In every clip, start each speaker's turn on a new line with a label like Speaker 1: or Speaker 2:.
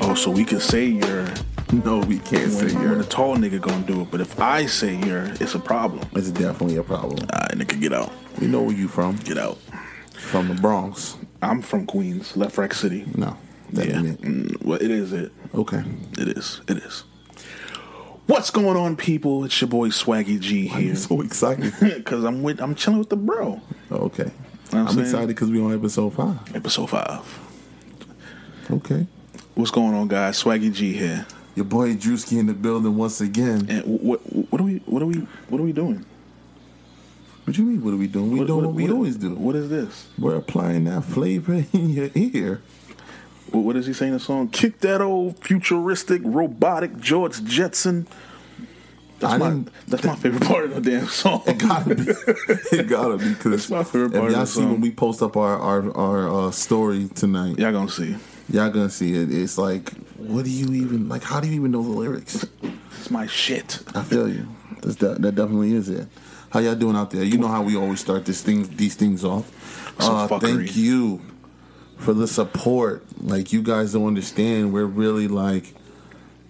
Speaker 1: Oh,
Speaker 2: so we can say you're.
Speaker 1: No, we can't
Speaker 2: When,
Speaker 1: say
Speaker 2: when
Speaker 1: you're.
Speaker 2: a tall nigga gonna do it, but if I say you're, it's a problem.
Speaker 1: It's definitely a problem.
Speaker 2: All right, nigga, get out,
Speaker 1: We know where you from.
Speaker 2: get out.
Speaker 1: From the Bronx.
Speaker 2: I'm from Queens, Left Rack City.
Speaker 1: No, that
Speaker 2: yeah,
Speaker 1: ain't it.
Speaker 2: Mm, well, it is it.
Speaker 1: Okay.
Speaker 2: It is. It is. What's going on, people? It's your boy Swaggy G
Speaker 1: I'm
Speaker 2: here.
Speaker 1: so excited.
Speaker 2: Cause I'm with, I'm chilling with the bro.
Speaker 1: Okay.
Speaker 2: Know what I'm
Speaker 1: I'm
Speaker 2: saying?
Speaker 1: excited because we on episode five.
Speaker 2: Episode five.
Speaker 1: Okay.
Speaker 2: What's going on, guys? Swaggy G here.
Speaker 1: Your boy Drewski in the building once again.
Speaker 2: And wh- what what are we what are we what are we doing?
Speaker 1: What you mean? What are we doing? We
Speaker 2: What-
Speaker 1: doing what, we always do.
Speaker 2: What is this?
Speaker 1: We're applying that flavor in your ear.
Speaker 2: What, what is he saying in the song? Kick that old futuristic robotic George Jetson. That's
Speaker 1: I
Speaker 2: my
Speaker 1: didn't-
Speaker 2: that's my favorite part of the damn song.
Speaker 1: It gotta be. it gotta be. Because
Speaker 2: That's my favorite
Speaker 1: if
Speaker 2: part of
Speaker 1: y'all
Speaker 2: the
Speaker 1: see
Speaker 2: song.
Speaker 1: when we post up our our, our uh, story tonight,
Speaker 2: Y'all gonna see.
Speaker 1: y'all gonna see it. It's like, what do you even like? How do you even know the lyrics?
Speaker 2: It's my shit.
Speaker 1: I feel you. That's de- that definitely is it. How y'all doing out there? You know how we always start this things these things off.
Speaker 2: Some
Speaker 1: Uh,
Speaker 2: fuckery.
Speaker 1: thank you for the support. Like you guys don't understand. We're really like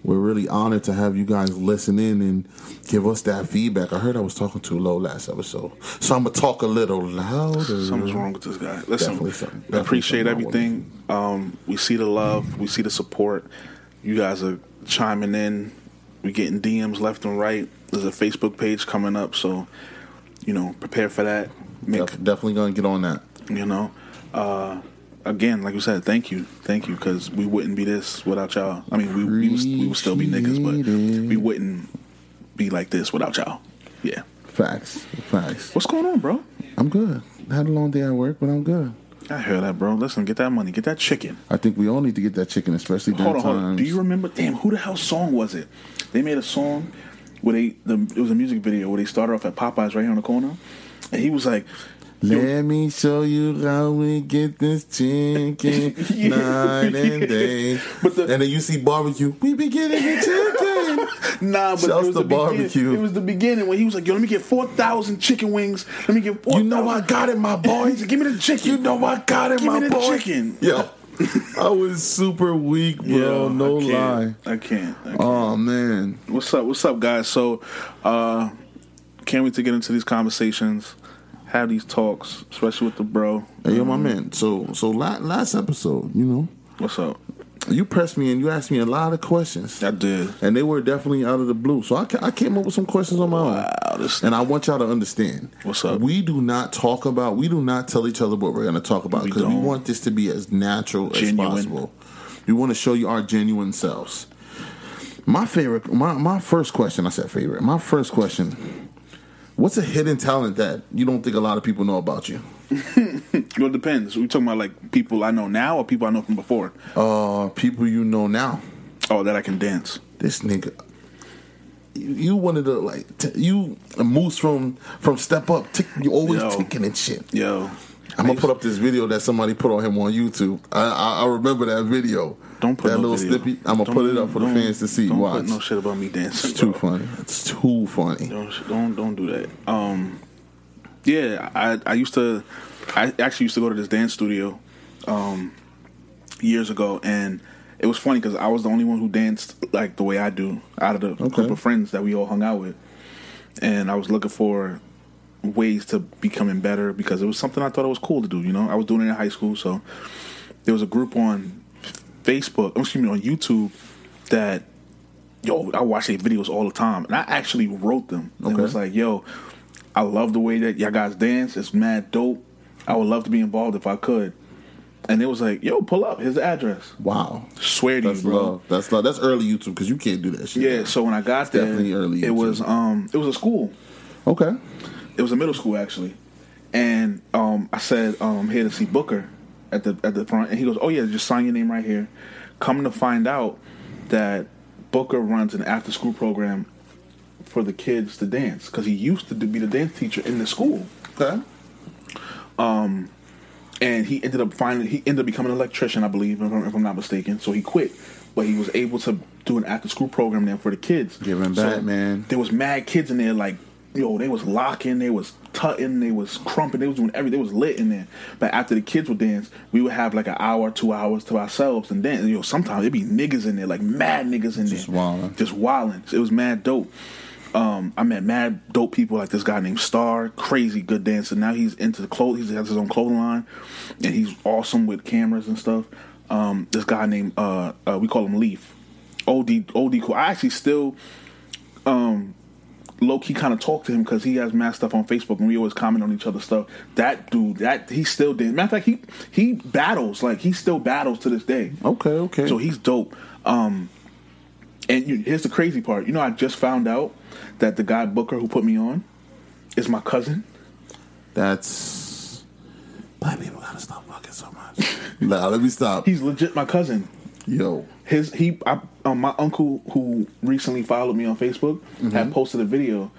Speaker 1: we're really honored to have you guys listen in and give us that feedback. I heard I was talking too low last episode, so I'm gonna talk a little louder.
Speaker 2: Something's wrong with this guy. Listen,
Speaker 1: Mm-hmm. Definitely something-
Speaker 2: I
Speaker 1: definitely
Speaker 2: appreciate
Speaker 1: something wrong with
Speaker 2: everything. Um, we see the love, we see the support. You guys are chiming in. We're getting DMs left and right. There's a Facebook page coming up, so you know, prepare for that. Make
Speaker 1: Def- definitely gonna get on that.
Speaker 2: you know. Uh, again, like we said, thank you, thank you, because we wouldn't be this without y'all. I mean, we we would, we would still be niggas, but
Speaker 1: Appreciate it.
Speaker 2: we wouldn't be like this without y'all. Yeah.
Speaker 1: Facts, facts.
Speaker 2: What's going on, bro?
Speaker 1: I'm good. Had a long day at work, but I'm good.
Speaker 2: I hear that, bro. Listen, get that money, get that chicken.
Speaker 1: I think we all need to get that chicken, especially during
Speaker 2: Hold on, hold on.
Speaker 1: times-
Speaker 2: Do you remember? Damn, who the hell song was it? They made a song where they the, it was a music video where they started off at Popeyes right here on the corner, and he was like, "Yo,
Speaker 1: Let me show you how we get this chicken
Speaker 2: Yeah.
Speaker 1: night and day.
Speaker 2: But the-
Speaker 1: and then you see barbecue. We be getting the chicken.
Speaker 2: "Nah, but it was
Speaker 1: Shouts to
Speaker 2: the
Speaker 1: barbecue.
Speaker 2: beginning. It was the beginning when he was like, "Yo, let me get four thousand chicken wings. Let me get 4,000.
Speaker 1: you know I got it, my boy.
Speaker 2: Give me the chicken.
Speaker 1: You know I got it,
Speaker 2: Give
Speaker 1: my
Speaker 2: me the
Speaker 1: boy.
Speaker 2: chicken.
Speaker 1: Yo, I was super weak, bro.
Speaker 2: Yo, I
Speaker 1: no lie.
Speaker 2: can't. I can't. I can't.
Speaker 1: Oh man,
Speaker 2: What's up? What's up, guys? So, uh, can't wait to get into these conversations, have these talks, especially with the bro.
Speaker 1: hey, yo, my
Speaker 2: Mm-hmm.
Speaker 1: man. So, so last, last episode, you know,
Speaker 2: What's up?
Speaker 1: you pressed me and you asked me a lot of questions.
Speaker 2: I did.
Speaker 1: and they were definitely out of the blue. So I, ca- I came up with some questions on my own.
Speaker 2: Wow, this-
Speaker 1: and I want y'all to understand.
Speaker 2: What's up?
Speaker 1: We do not talk about, we do not tell each other what we're going to talk about
Speaker 2: We
Speaker 1: because we,
Speaker 2: don't.
Speaker 1: want this to be as natural
Speaker 2: Genuine.
Speaker 1: as possible. We want to show you our genuine selves. My favorite, my, my first question, I said favorite, my first question what's a hidden talent that you don't think a lot of people know about you?
Speaker 2: Well, it depends. We talking about like people I know now or people I know from before.
Speaker 1: Uh, people you know now.
Speaker 2: Oh, that I can dance.
Speaker 1: this nigga you, you wanted to like t- you a moose from from step up tick, you always
Speaker 2: Yo.
Speaker 1: ticking and shit
Speaker 2: Yo,
Speaker 1: i'm gonna put up this video that somebody put on him on youtube i i, I remember that video
Speaker 2: Don't put
Speaker 1: that
Speaker 2: no
Speaker 1: little
Speaker 2: video.
Speaker 1: snippet i'm gonna
Speaker 2: Don't-
Speaker 1: put it up for the
Speaker 2: don't-
Speaker 1: fans to see
Speaker 2: Don't
Speaker 1: watch
Speaker 2: put no shit about me dancing.
Speaker 1: it's too
Speaker 2: bro.
Speaker 1: funny it's too funny
Speaker 2: Don't don't don't do that. Um, yeah, I I used to, I actually used to go to this dance studio, um, years ago, and it was funny because I was the only one who danced like the way I do out of the
Speaker 1: Okay.
Speaker 2: group of friends that we all hung out with, and I was looking for ways to becoming better because it was something I thought it was cool to do. You know, I was doing it in high school, so there was a group on Facebook, excuse me, on YouTube that yo, I watch their videos all the time, and I actually wrote them. And
Speaker 1: Okay.
Speaker 2: it was like, yo, I love the way that y'all guys dance. It's mad dope. I would love to be involved if I could. And it was like, yo, pull up. Here's the address.
Speaker 1: wow
Speaker 2: Swear to
Speaker 1: that's
Speaker 2: you, bro.
Speaker 1: love that's love that's early youtube because you can't do that shit
Speaker 2: Yeah. So when I got there,
Speaker 1: Definitely early
Speaker 2: it was
Speaker 1: YouTube.
Speaker 2: um, it was a school.
Speaker 1: okay
Speaker 2: It was a middle school actually, and um, I said um, I'm here to see Booker at the at the front, and he goes, "Oh yeah, just sign your name right here." Come to find out that Booker runs an after school program for the kids to dance because he used to be the dance teacher in the school,
Speaker 1: okay
Speaker 2: and he ended up finding he ended up becoming an electrician, I believe, if I'm, if I'm not mistaken. So he quit. But he was able to do an after school program there for the kids.
Speaker 1: Giving
Speaker 2: so
Speaker 1: back, man.
Speaker 2: There was mad kids in there, like yo, they was locking, they was tutting, they was crumping, they was doing everything. They was lit in there. But after the kids would dance, we would have like an hour, two hours to ourselves and dance. You know, sometimes it'd be niggas in there, like mad niggas in
Speaker 1: Just
Speaker 2: there,
Speaker 1: wildin'.
Speaker 2: just wilding. It was mad dope. Um, I met mad dope people like this guy named Star, crazy good dancer. Now he's into the clothes. He has his own clothing line, and he's awesome with cameras and stuff. Um, this guy named uh, uh, we call him Leaf, OD OD cool. I actually still low key kind of talk to him because he has mad stuff on Facebook and we always comment on each other's stuff. That dude, that he still did. Matter of fact, he he battles like he still battles to this day.
Speaker 1: Okay, okay.
Speaker 2: So he's dope. Um, and you, here's the crazy part. You know, I just found out that the guy Booker who put me on is my cousin.
Speaker 1: That's black people gotta stop fucking so much. nah, let me stop.
Speaker 2: He's legit my cousin.
Speaker 1: Yo,
Speaker 2: his he I, um, my uncle who recently followed me on Facebook had posted a video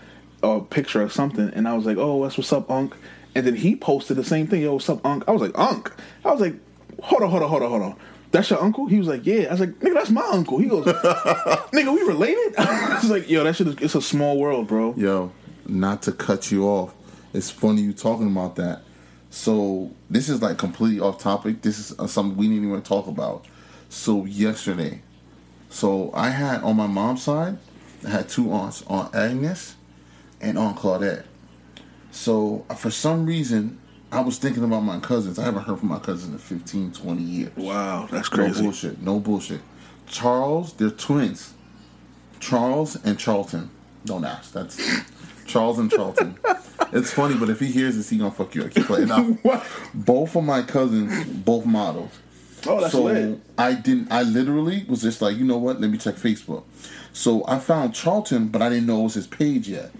Speaker 2: or picture or something and I was like, "Oh, that's what's up, Unc." And then he posted the same thing, "Yo, what's up, Unc?" I was like, "Unc." I was like, "Hold on, hold on, hold on, hold on." That's your uncle? He was like, "Yeah." I was like, "Nigga, that's my uncle." He goes, "Nigga, we related?" I was like, "Yo, that shit is it's a small world, bro."
Speaker 1: yo, not to cut you off. It's funny you talking about that. So this is like completely off topic. This is uh, something we didn't even talk about. So yesterday, so I had on my mom's side, I had two aunts, Aunt Agnes and Aunt Claudette. So uh, for some reason, I was thinking about my cousins. I haven't heard from my cousins in 15, 20 years.
Speaker 2: Wow, that's
Speaker 1: No bullshit. No bullshit. Charles, they're twins. Charles and Charlton. Don't ask. That's Charles and Charlton. it's funny, but if he hears this, he gonna fuck you. I keep playing. Now,
Speaker 2: What?
Speaker 1: both of my cousins, both models.
Speaker 2: Oh, that's
Speaker 1: so
Speaker 2: lit.
Speaker 1: I didn't. I literally was just like, you know what? Let me check Facebook. So I found Charlton, but I didn't know it was his page yet.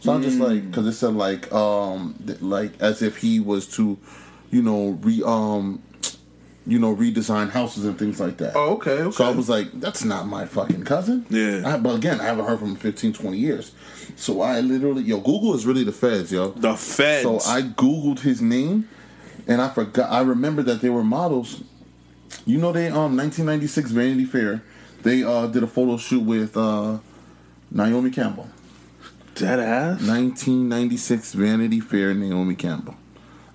Speaker 1: So I'm just like,
Speaker 2: Mm.
Speaker 1: because it said like, um, th- like as if he was to, you know, re um, you know, redesign houses and things like that.
Speaker 2: Oh, okay, okay.
Speaker 1: So I was like, that's not my fucking cousin.
Speaker 2: Yeah.
Speaker 1: I- but again, I haven't heard from him in 15, 20 years. So I literally, yo, Google is really the feds, yo.
Speaker 2: The feds.
Speaker 1: So I googled his name, and I forgot. I remembered that they were models. You know, they um 1996 Vanity Fair, they uh did a photo shoot with uh Naomi Campbell.
Speaker 2: dead ass.
Speaker 1: 1996 Vanity Fair, Naomi Campbell.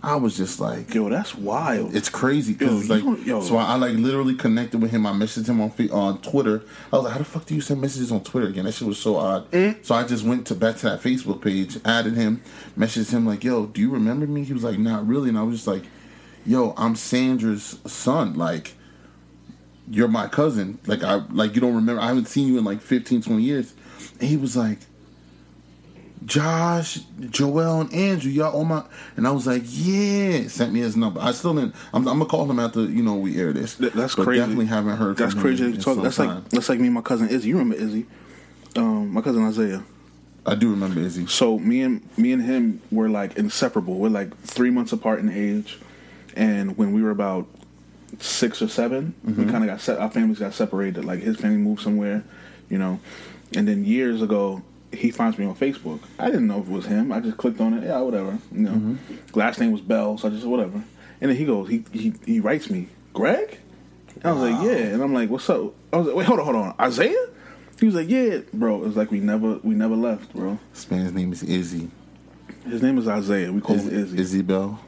Speaker 1: I was just like,
Speaker 2: Yo, that's wild.
Speaker 1: it's crazy
Speaker 2: Yo,
Speaker 1: because
Speaker 2: you
Speaker 1: like,
Speaker 2: don't- yo.
Speaker 1: so I, I like literally connected with him. I messaged him on Fe- on Twitter. I was like, "How the fuck do you send messages on Twitter again?" That shit was so odd.
Speaker 2: Mm.
Speaker 1: So I just went to back to that Facebook page, added him, messaged him like, "Yo, do you remember me?" He was like, "Not really," and I was just like, "Yo, I'm Sandra's son. Like, you're my cousin. Like, I like you don't remember. I haven't seen you in like 15, 20 years." And he was like. Josh, Joel, and Andrew, y'all on my, and I was like, yeah, sent me his number. I still didn't. I'm, I'm gonna call him after you know we air this.
Speaker 2: Th- that's
Speaker 1: But
Speaker 2: crazy.
Speaker 1: Definitely haven't heard.
Speaker 2: That's
Speaker 1: from
Speaker 2: crazy.
Speaker 1: Him
Speaker 2: that
Speaker 1: in
Speaker 2: you talk.
Speaker 1: some
Speaker 2: That's
Speaker 1: time.
Speaker 2: like that's like me and my cousin Izzy. You remember Izzy? Um, my cousin Isaiah.
Speaker 1: I do remember Izzy.
Speaker 2: So me and me and him were like inseparable. We're like three months apart in age, and when we were about six or 7 we kind of got set. Our families got separated. Like his family moved somewhere, you know, and then years ago. He finds me on Facebook. I didn't know if it was him. I just clicked on it. Yeah, whatever. You know, last name was Bell, so I just whatever. And then he goes, he he, he writes me, Greg. I was like, yeah, and I'm like, what's up? I was like, wait, hold on, hold on, Isaiah. He was like, yeah, bro. It was like we never we never left, bro.
Speaker 1: This man's name is Izzy.
Speaker 2: His name is Isaiah. We call
Speaker 1: Is,
Speaker 2: him Oh, Izzy.
Speaker 1: Izzy Bell.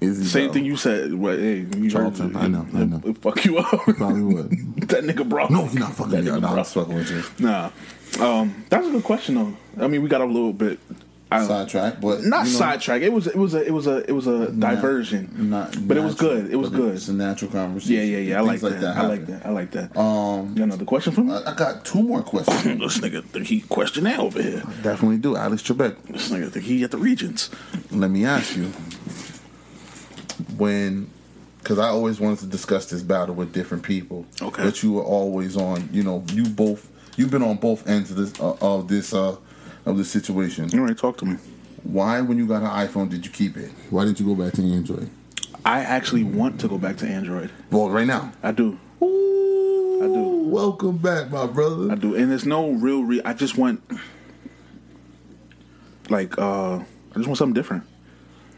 Speaker 1: Izzy.
Speaker 2: Same
Speaker 1: Bell.
Speaker 2: thing you said. Right, hey, you
Speaker 1: Charlton, I know, I know.
Speaker 2: He'll Fuck you up.
Speaker 1: probably would.
Speaker 2: that nigga bro.
Speaker 1: No, you're not fucking me.
Speaker 2: That
Speaker 1: No,
Speaker 2: nigga
Speaker 1: I'm
Speaker 2: bro.
Speaker 1: not fucking with you.
Speaker 2: Nah. Um, that was a good question though. I mean, we got a little bit. I,
Speaker 1: Sidetrack, but
Speaker 2: not
Speaker 1: you know,
Speaker 2: sidetrack. It was it was a it was a it was a diversion.
Speaker 1: Not,
Speaker 2: But it was good. It was
Speaker 1: but
Speaker 2: good.
Speaker 1: It's a natural conversation.
Speaker 2: yeah, yeah, yeah. I like,
Speaker 1: Things
Speaker 2: that. I like
Speaker 1: happen.
Speaker 2: that. I like that. Um, you got another question for me?
Speaker 1: I I got two more questions.
Speaker 2: this nigga, think he questionnaire over here.
Speaker 1: Definitely do. Alex Trebek.
Speaker 2: This nigga, think he at the Regents.
Speaker 1: let me ask you when because i always wanted to discuss this battle with different people
Speaker 2: Okay.
Speaker 1: but you were always on you know you both you've been on both ends of this uh, of this uh of this situation
Speaker 2: You already talked to me.
Speaker 1: why when you got an iphone did you keep it why didn't you go back to android
Speaker 2: I actually want to go back to Android.
Speaker 1: well right now
Speaker 2: I do.
Speaker 1: Ooh,
Speaker 2: I do.
Speaker 1: welcome back my brother
Speaker 2: I do, and there's no real. Re- I just want, like, uh I just want something different.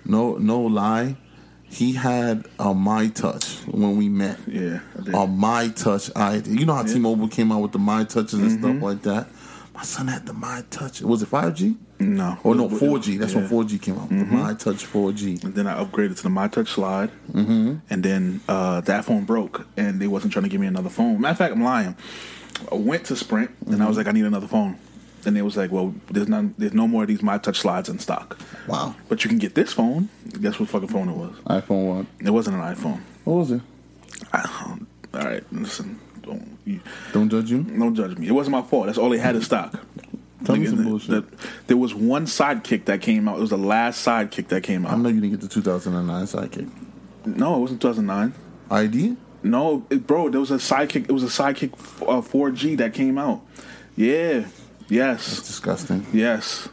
Speaker 1: no no lie he had a my touch when we met
Speaker 2: Yeah, I did.
Speaker 1: a My Touch ID. You know how
Speaker 2: Mm-hmm.
Speaker 1: T-Mobile came out with the My Touches and stuff like that. My son had the My Touch. Was it five G?
Speaker 2: No.
Speaker 1: Or oh, no,
Speaker 2: It was-
Speaker 1: 4G. That's
Speaker 2: yeah. Mm-hmm.
Speaker 1: when 4G came out. My Touch 4G.
Speaker 2: And then I upgraded to the MyTouch Slide,
Speaker 1: Mm-hmm.
Speaker 2: and then uh, that phone broke, and they wasn't trying to give me another phone. Matter of fact, I'm lying. I went to Sprint, and I
Speaker 1: Mm-hmm.
Speaker 2: was like, I need another phone, and they was like, Well, there's none, there's no more of these MyTouch Slides in stock,
Speaker 1: Wow.
Speaker 2: but you can get this phone. Guess what fucking phone it was?
Speaker 1: iPhone one.
Speaker 2: It wasn't an iPhone.
Speaker 1: What was it?
Speaker 2: I, all right, listen, don't you,
Speaker 1: Don't judge you.
Speaker 2: don't judge me. It wasn't my fault. That's all they had in stock.
Speaker 1: Tell me
Speaker 2: Nigga,
Speaker 1: some
Speaker 2: the-
Speaker 1: bullshit.
Speaker 2: the- there was one sidekick that came out. It was the last sidekick that came
Speaker 1: I
Speaker 2: out.
Speaker 1: know you didn't get the 2009 sidekick.
Speaker 2: No, it wasn't 2009.
Speaker 1: ID?
Speaker 2: No, it, bro, there was a sidekick. It was a sidekick uh, 4G that came out. Yeah, yes,
Speaker 1: Disgusting.
Speaker 2: yes,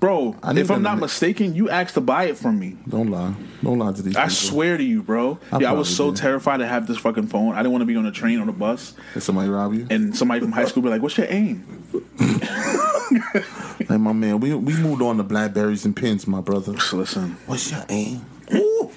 Speaker 2: bro.
Speaker 1: I need
Speaker 2: If I'm
Speaker 1: to-
Speaker 2: not mistaken, you asked to buy it from me.
Speaker 1: Don't lie. Don't lie to these
Speaker 2: I
Speaker 1: people.
Speaker 2: swear to you, bro.
Speaker 1: I
Speaker 2: yeah, I was
Speaker 1: probably
Speaker 2: so
Speaker 1: did.
Speaker 2: terrified to have this fucking phone. I didn't want to be on a train or the bus,
Speaker 1: Did somebody rob you?
Speaker 2: and somebody from high school be like, "What's your aim?"
Speaker 1: Hey, my man, we, we moved on to blackberries and pins, my brother.
Speaker 2: So listen,
Speaker 1: What's your aim? Ooh.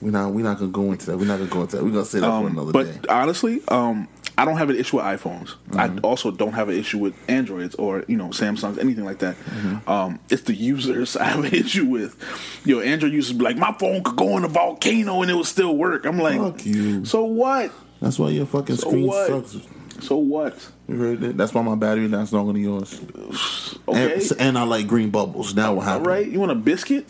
Speaker 1: We're not, we're not going to go into that. We're not going to go into that. We're going to say that for another
Speaker 2: Um, but
Speaker 1: day. Mm-hmm.
Speaker 2: honestly, um, I don't have an issue with iPhones. I also don't have an issue with Androids or you know Samsungs, anything like that.
Speaker 1: Mm-hmm.
Speaker 2: Um, it's the users I have an issue with. Yo, Android users be like, my phone could go in a volcano and it would still work. I'm like,
Speaker 1: Fuck you.
Speaker 2: so what?
Speaker 1: That's why your fucking screen
Speaker 2: what?
Speaker 1: sucks.
Speaker 2: So what?
Speaker 1: You heard that? That's why my battery lasts longer than yours.
Speaker 2: Okay,
Speaker 1: And, and I like green bubbles. Now what
Speaker 2: all
Speaker 1: happened?
Speaker 2: right. You want a biscuit?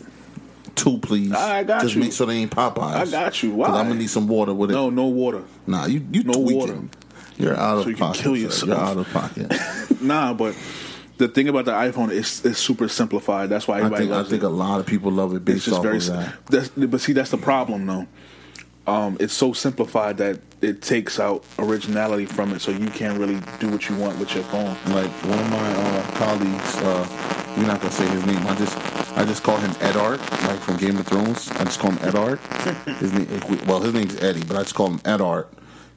Speaker 1: Two, please.
Speaker 2: I got
Speaker 1: Just
Speaker 2: you.
Speaker 1: make sure they ain't Popeyes.
Speaker 2: I got you.
Speaker 1: Because
Speaker 2: Why?
Speaker 1: I'm gonna need some water with it.
Speaker 2: No, no water.
Speaker 1: Nah, you you
Speaker 2: No
Speaker 1: tweaking.
Speaker 2: water.
Speaker 1: You're out of
Speaker 2: So you can
Speaker 1: pocket.
Speaker 2: kill
Speaker 1: sir.
Speaker 2: yourself.
Speaker 1: You're out of pocket.
Speaker 2: Nah, but the thing about the iPhone is it's super simplified. That's why
Speaker 1: I
Speaker 2: everybody
Speaker 1: think I
Speaker 2: loves it.
Speaker 1: think a lot of people love it
Speaker 2: it's
Speaker 1: based
Speaker 2: just
Speaker 1: off
Speaker 2: very
Speaker 1: of that.
Speaker 2: that's, but see that's the problem though um, it's so simplified that it takes out originality from it so you can't really do what you want with your phone
Speaker 1: Like one of my uh, colleagues, uh, we're not gonna say his name. I just I just call him Edart, like from Game of Thrones. I just call him Edart. his name, well, his name's Eddie, but I just call him Edart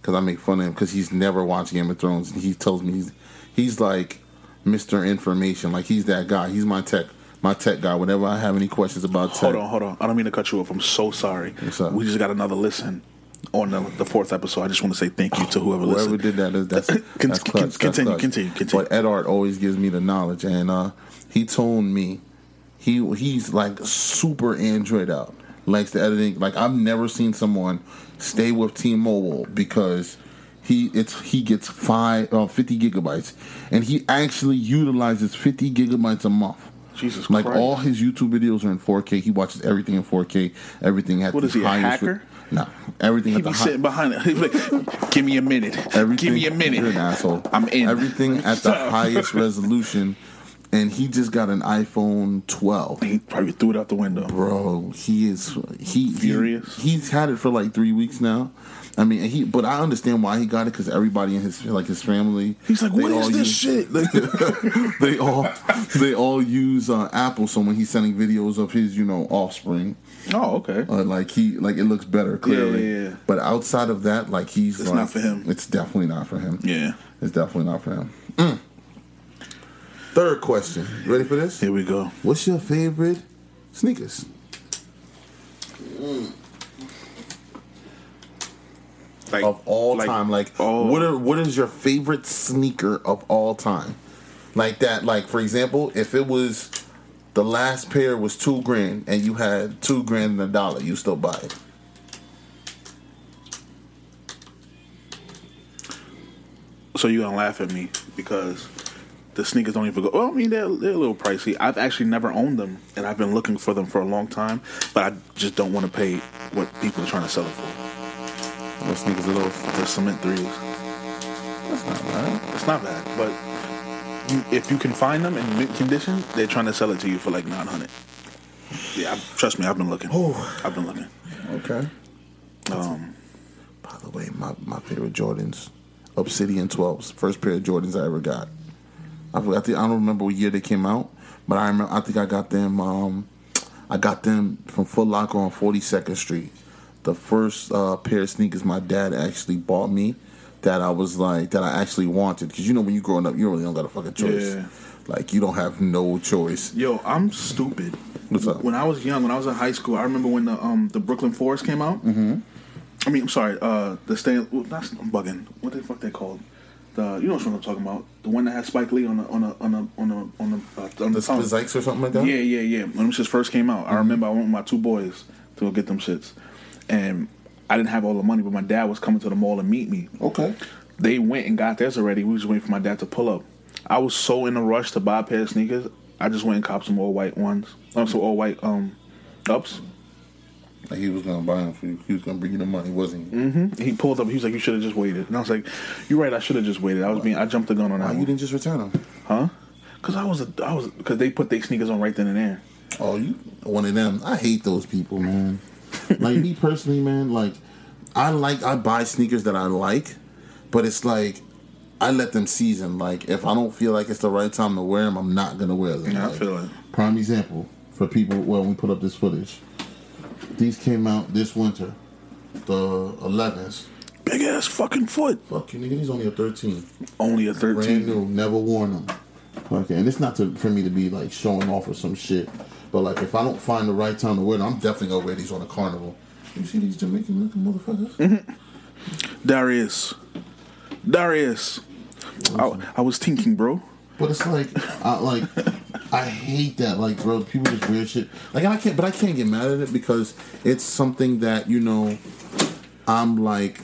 Speaker 1: because I make fun of him because he's never watched Game of Thrones, and he tells me he's he's like Mister Information, like he's that guy. He's my tech my tech guy. Whenever I have any questions about tech,
Speaker 2: hold on hold on i don't mean to cut you off i'm so sorry
Speaker 1: What's up?
Speaker 2: we just got another listen on the, the fourth episode i just want to say thank you to whoever
Speaker 1: Whoever
Speaker 2: listened
Speaker 1: did that is that's,
Speaker 2: Con-
Speaker 1: that's
Speaker 2: con-
Speaker 1: clutch, that's
Speaker 2: continue,
Speaker 1: clutch.
Speaker 2: continue, continue.
Speaker 1: But Edard always gives me the knowledge, and uh, he told me he he's like super Android out, likes the editing. Like I've never seen someone stay with T-Mobile because he it's he gets five uh, 50 gigabytes, and he actually utilizes fifty gigabytes a month.
Speaker 2: Jesus
Speaker 1: like
Speaker 2: Christ.
Speaker 1: all his YouTube videos are in 4K. He watches everything in 4K. Everything at
Speaker 2: What
Speaker 1: the
Speaker 2: is he, a
Speaker 1: highest.
Speaker 2: hacker?
Speaker 1: no, everything
Speaker 2: he
Speaker 1: at the
Speaker 2: be
Speaker 1: high-
Speaker 2: sitting behind it He be like give me a minute give
Speaker 1: Everything,
Speaker 2: me a minute
Speaker 1: You're an asshole.
Speaker 2: i'm in
Speaker 1: Everything at the
Speaker 2: Stop.
Speaker 1: highest resolution, and he just got an iPhone 12.
Speaker 2: he probably threw it out the window
Speaker 1: Bro, he is he he-
Speaker 2: Furious.
Speaker 1: he's had it for like three weeks now. I mean, he but I understand why he got it because everybody in his like his family.
Speaker 2: He's like,
Speaker 1: they
Speaker 2: "What is
Speaker 1: all
Speaker 2: this
Speaker 1: use-
Speaker 2: shit?"
Speaker 1: they all they all use uh, Apple. So when he's sending videos of his, you know, offspring,
Speaker 2: oh okay
Speaker 1: uh, like he like it looks better clearly.
Speaker 2: yeah, yeah.
Speaker 1: But outside of that, like he's
Speaker 2: It's
Speaker 1: like-
Speaker 2: not for him.
Speaker 1: It's definitely not for him.
Speaker 2: yeah
Speaker 1: It's definitely not for him. Mm. Third question. You ready for this?
Speaker 2: here we go
Speaker 1: What's your favorite sneakers?
Speaker 2: like
Speaker 1: Of all
Speaker 2: like,
Speaker 1: time. Like
Speaker 2: oh.
Speaker 1: what are what is your favorite sneaker of all time? Like that, like for example, if it was the last pair was two grand and you had two grand and a dollar, you still buy it.
Speaker 2: so you're gonna laugh at me because the sneakers don't even go. Well, I mean they're, they're a little pricey. I've actually never owned them, and I've been looking for them for a long time, but I just don't want to pay what people are trying to sell it for.
Speaker 1: What sneakers are those?
Speaker 2: The cement threes.
Speaker 1: That's not right.
Speaker 2: It's not bad, but you, if you can find them in mint condition, they're trying to sell it to you for like nine hundred. Yeah, I, trust me, I've been looking.
Speaker 1: Oh.
Speaker 2: I've been looking.
Speaker 1: Okay.
Speaker 2: Um,
Speaker 1: By the way, my, my favorite Jordans, Obsidian 12s, first pair of Jordans I ever got. I, forgot- I think I don't remember what year they came out, but I remember I think I got them. Um, I got them from Foot Locker on 42nd Street. The first uh, pair of sneakers my dad actually bought me that I was like that I actually wanted because you know when you growing up you really don't got a fucking choice.
Speaker 2: Yeah.
Speaker 1: Like you don't have no choice.
Speaker 2: yo, I'm stupid.
Speaker 1: What's up?
Speaker 2: When I was young, when I was in high school, I remember when the um the Brooklyn Forest came out. Mm-hmm. I mean, I'm sorry, uh, the Stan. well, That's I'm bugging. What the fuck they called? the you know what I'm talking about. The one that has Spike Lee on the on the on the on the on the, uh, on
Speaker 1: The
Speaker 2: the tongue.
Speaker 1: Spizikes or something like that? Mm-hmm.
Speaker 2: Yeah, yeah, yeah. When them shits first came out, I remember I went with my two boys to go get them shits, and I didn't have all the money, but my dad was coming to the mall to meet me.
Speaker 1: Okay.
Speaker 2: They went and got theirs already. We was waiting for my dad to pull up. I was so in a rush to buy a pair of sneakers. I just went and copped some all white ones, um, some all white um ups.
Speaker 1: Like he was gonna buy them for you. He was gonna bring you the money, wasn't he?
Speaker 2: He pulled up. He was like, "You should have just waited." And I was like, "You're right. I should have just waited." I was being, I jumped the gun on that
Speaker 1: Why you
Speaker 2: one,
Speaker 1: didn't just return them?
Speaker 2: huh? Because I was, a, I was, because they put their sneakers on right then and there.
Speaker 1: Oh, you one of them. I hate those people, man. like me personally, man, like I like I buy sneakers that I like, but it's like I let them season. Like if I don't feel like it's the right time to wear them, I'm not gonna wear them.
Speaker 2: Yeah, I
Speaker 1: Like,
Speaker 2: feel it.
Speaker 1: Prime example for people when we put up this footage. These came out this winter, the 11s.
Speaker 2: Big ass fucking foot.
Speaker 1: Fuck you, nigga. These only a 13.
Speaker 2: Only a thirteen.
Speaker 1: brand new, never worn them. Okay, and it's not to, for me to be like showing off or some shit, but like if I don't find the right time to wear them, I'm definitely gonna wear these on a carnival. You see these Jamaican looking motherfuckers?
Speaker 2: Darius. Darius. I, I was thinking, bro.
Speaker 1: But it's like, I like, I hate that. Like, bro, people just weird shit. Like, and I can't, but I can't get mad at it because it's something that you know. I'm like,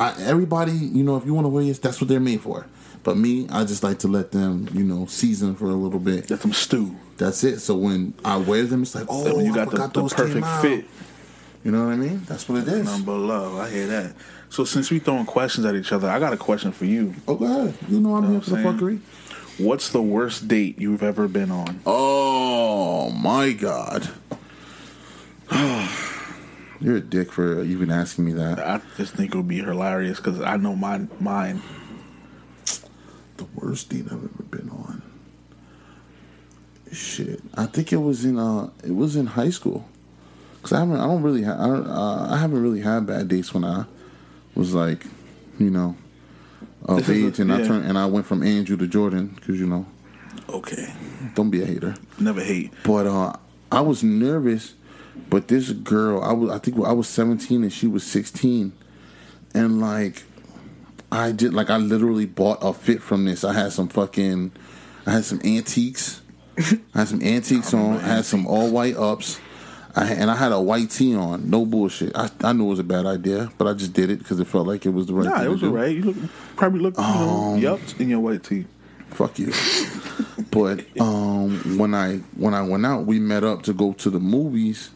Speaker 1: I, everybody, you know, if you want to wear this, that's what they're made for. But me, I just like to let them, you know, season for a little bit.
Speaker 2: That's some stew.
Speaker 1: That's it. So when I wear them, it's like, oh,
Speaker 2: you
Speaker 1: I
Speaker 2: got the,
Speaker 1: forgot
Speaker 2: the
Speaker 1: those came
Speaker 2: perfect
Speaker 1: out.
Speaker 2: fit.
Speaker 1: You know what I mean? That's what it is.
Speaker 2: Number love. I hear that. So since we throwing questions at each other, I got a question for you.
Speaker 1: Oh, go ahead. You know I'm
Speaker 2: Know
Speaker 1: here
Speaker 2: what
Speaker 1: for the
Speaker 2: I'm
Speaker 1: fuckery.
Speaker 2: What's the worst date you've ever been on?
Speaker 1: Oh my god. You're a dick for even asking me that.
Speaker 2: I just think it would be hilarious because I know my mine.
Speaker 1: The worst date I've ever been on. Shit, I think it was in uh, it was in high school. Cause I haven't, I don't really, ha- I, don't, uh, I haven't really had bad dates when I was like, you know, of
Speaker 2: This is a-
Speaker 1: age, and I
Speaker 2: yeah.
Speaker 1: turned and I went from Andrew to Jordan, cause you know,
Speaker 2: Okay.
Speaker 1: don't be a hater.
Speaker 2: Never hate.
Speaker 1: But uh, I was nervous. But this girl, I was, I think I was 17 and she was 16, and like, I did like I literally bought a fit from this. I had some fucking, I had some antiques, I had some antiques on, I had some all white ups, I had, and I had a white tee on. No bullshit. I, I knew it was a bad idea, but I just did it because it felt like it was the right.
Speaker 2: Nah,
Speaker 1: thing
Speaker 2: it was
Speaker 1: to do. Um,
Speaker 2: alright. You look probably look you know, yup in your white tee.
Speaker 1: fuck you. but um, when I when I went out, we met up to go to the movies,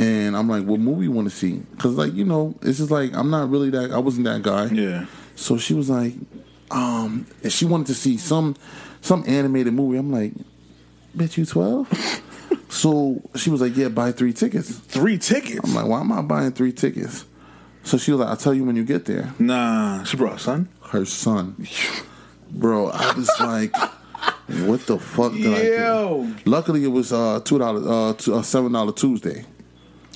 Speaker 1: and I'm like, "What movie you want to see?" Because like you know, it's just like I'm not really that. I wasn't that guy.
Speaker 2: Yeah.
Speaker 1: So she was like, um, and she wanted to see some some animated movie. I'm like, "Bitch, you 12?" so she was like, "Yeah, buy three tickets."
Speaker 2: Three tickets.
Speaker 1: I'm like, "Why am I buying three tickets?" So she was like, "I'll tell you when you get there."
Speaker 2: Nah, she brought a son.
Speaker 1: her son. Bro, I was like, what the fuck did
Speaker 2: Yo.
Speaker 1: I do? Luckily, it was uh two dollar uh, two- uh seven dollar Tuesday.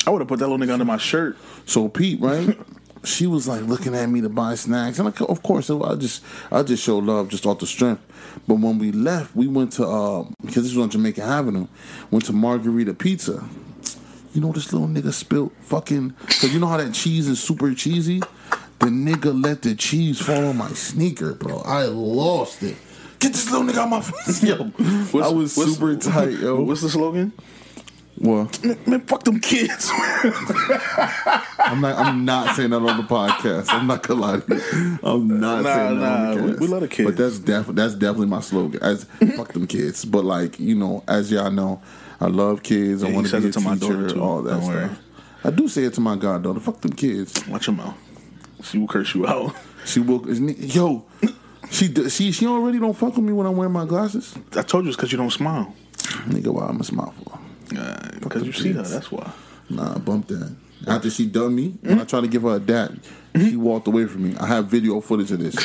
Speaker 2: I would have put that little nigga under my shirt.
Speaker 1: So Pete, right? she was like looking at me to buy snacks, and I, co- of course, I just I just showed love just off the strength. But when we left, we went to uh because this was on Jamaica Avenue, went to Margarita Pizza. You know this little nigga spilled fucking because you know how that cheese is super cheesy. The nigga let the cheese fall on my sneaker, bro. I lost it. Get this little nigga out my face, yo. I was
Speaker 2: what's-
Speaker 1: super tight, yo.
Speaker 2: What's the slogan?
Speaker 1: What?
Speaker 2: Man, fuck them kids.
Speaker 1: I'm not. I'm not saying that on the podcast. I'm not gonna lie. To you. I'm not
Speaker 2: Nah,
Speaker 1: saying that on
Speaker 2: nah,
Speaker 1: the
Speaker 2: we-
Speaker 1: podcast.
Speaker 2: we love the kids.
Speaker 1: but that's def- that's definitely my slogan. As fuck them kids, but like you know, as y'all know, I love kids. I
Speaker 2: Yeah, he
Speaker 1: want to
Speaker 2: says
Speaker 1: be a
Speaker 2: it to my
Speaker 1: teacher.
Speaker 2: daughter, too.
Speaker 1: All that
Speaker 2: Don't worry.
Speaker 1: stuff. I do say it to my goddaughter. Fuck them kids.
Speaker 2: Watch your mouth. She will curse you out.
Speaker 1: She will. Yo, she do- she she already don't fuck with me when I'm wearing my glasses.
Speaker 2: I told you it's because you don't smile.
Speaker 1: Nigga, why I'm a smile for?
Speaker 2: Because Uh, you see her, that's why.
Speaker 1: Nah, bump that. After she done me, when I tried to give her a dap, she walked away from me. I have video footage of this.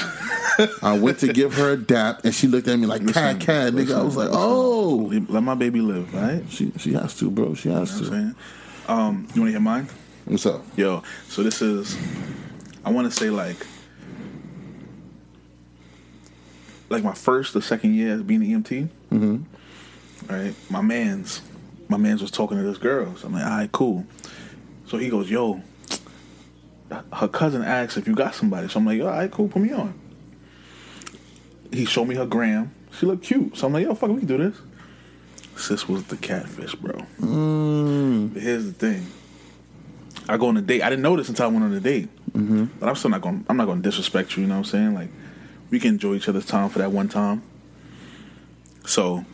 Speaker 1: I went to give her a dap, and she looked at me like
Speaker 2: Listen,
Speaker 1: cat, cat, nigga. I was like, oh.
Speaker 2: Let my baby live, all right?
Speaker 1: She she has to, bro. She has to.
Speaker 2: Man. Um, you want to hear mine?
Speaker 1: What's up?
Speaker 2: Yo, so this is, I want to say like, like my first, the second year as being an EMT. Mm-hmm. Right, my man's, my man's was talking to this girl. So I'm like, all right, cool. So he goes, yo, her cousin asks if you got somebody. So I'm like, all right, cool, put me on. he showed me her gram. She looked cute. So I'm like, yo, fuck, it, we can do this. Sis was the catfish, bro. But here's the thing. I go on a date. I didn't know this until I went on a date. But I'm still not going. to I'm not going to disrespect you. You know what I'm saying? Like, we can enjoy each other's time for that one time. So,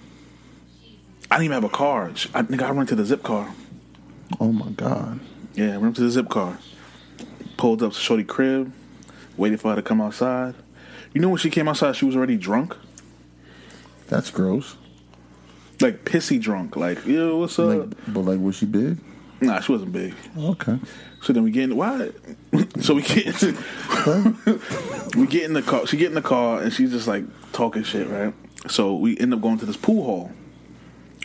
Speaker 2: I didn't even have a car. Sh- I think I rented a zip car.
Speaker 1: Oh my god.
Speaker 2: Yeah, I rented a zip car. Pulled up to Shorty crib. Waited for her to come outside. You know when she came outside, she was already drunk,
Speaker 1: That's gross.
Speaker 2: like pissy drunk. Like, yo, what's up?
Speaker 1: Like, but like, was she big?
Speaker 2: nah, she wasn't big.
Speaker 1: Okay.
Speaker 2: So then we get in why? so we get we get in the car. She get in the car and she's just like talking shit, right? So we end up going to this pool hall.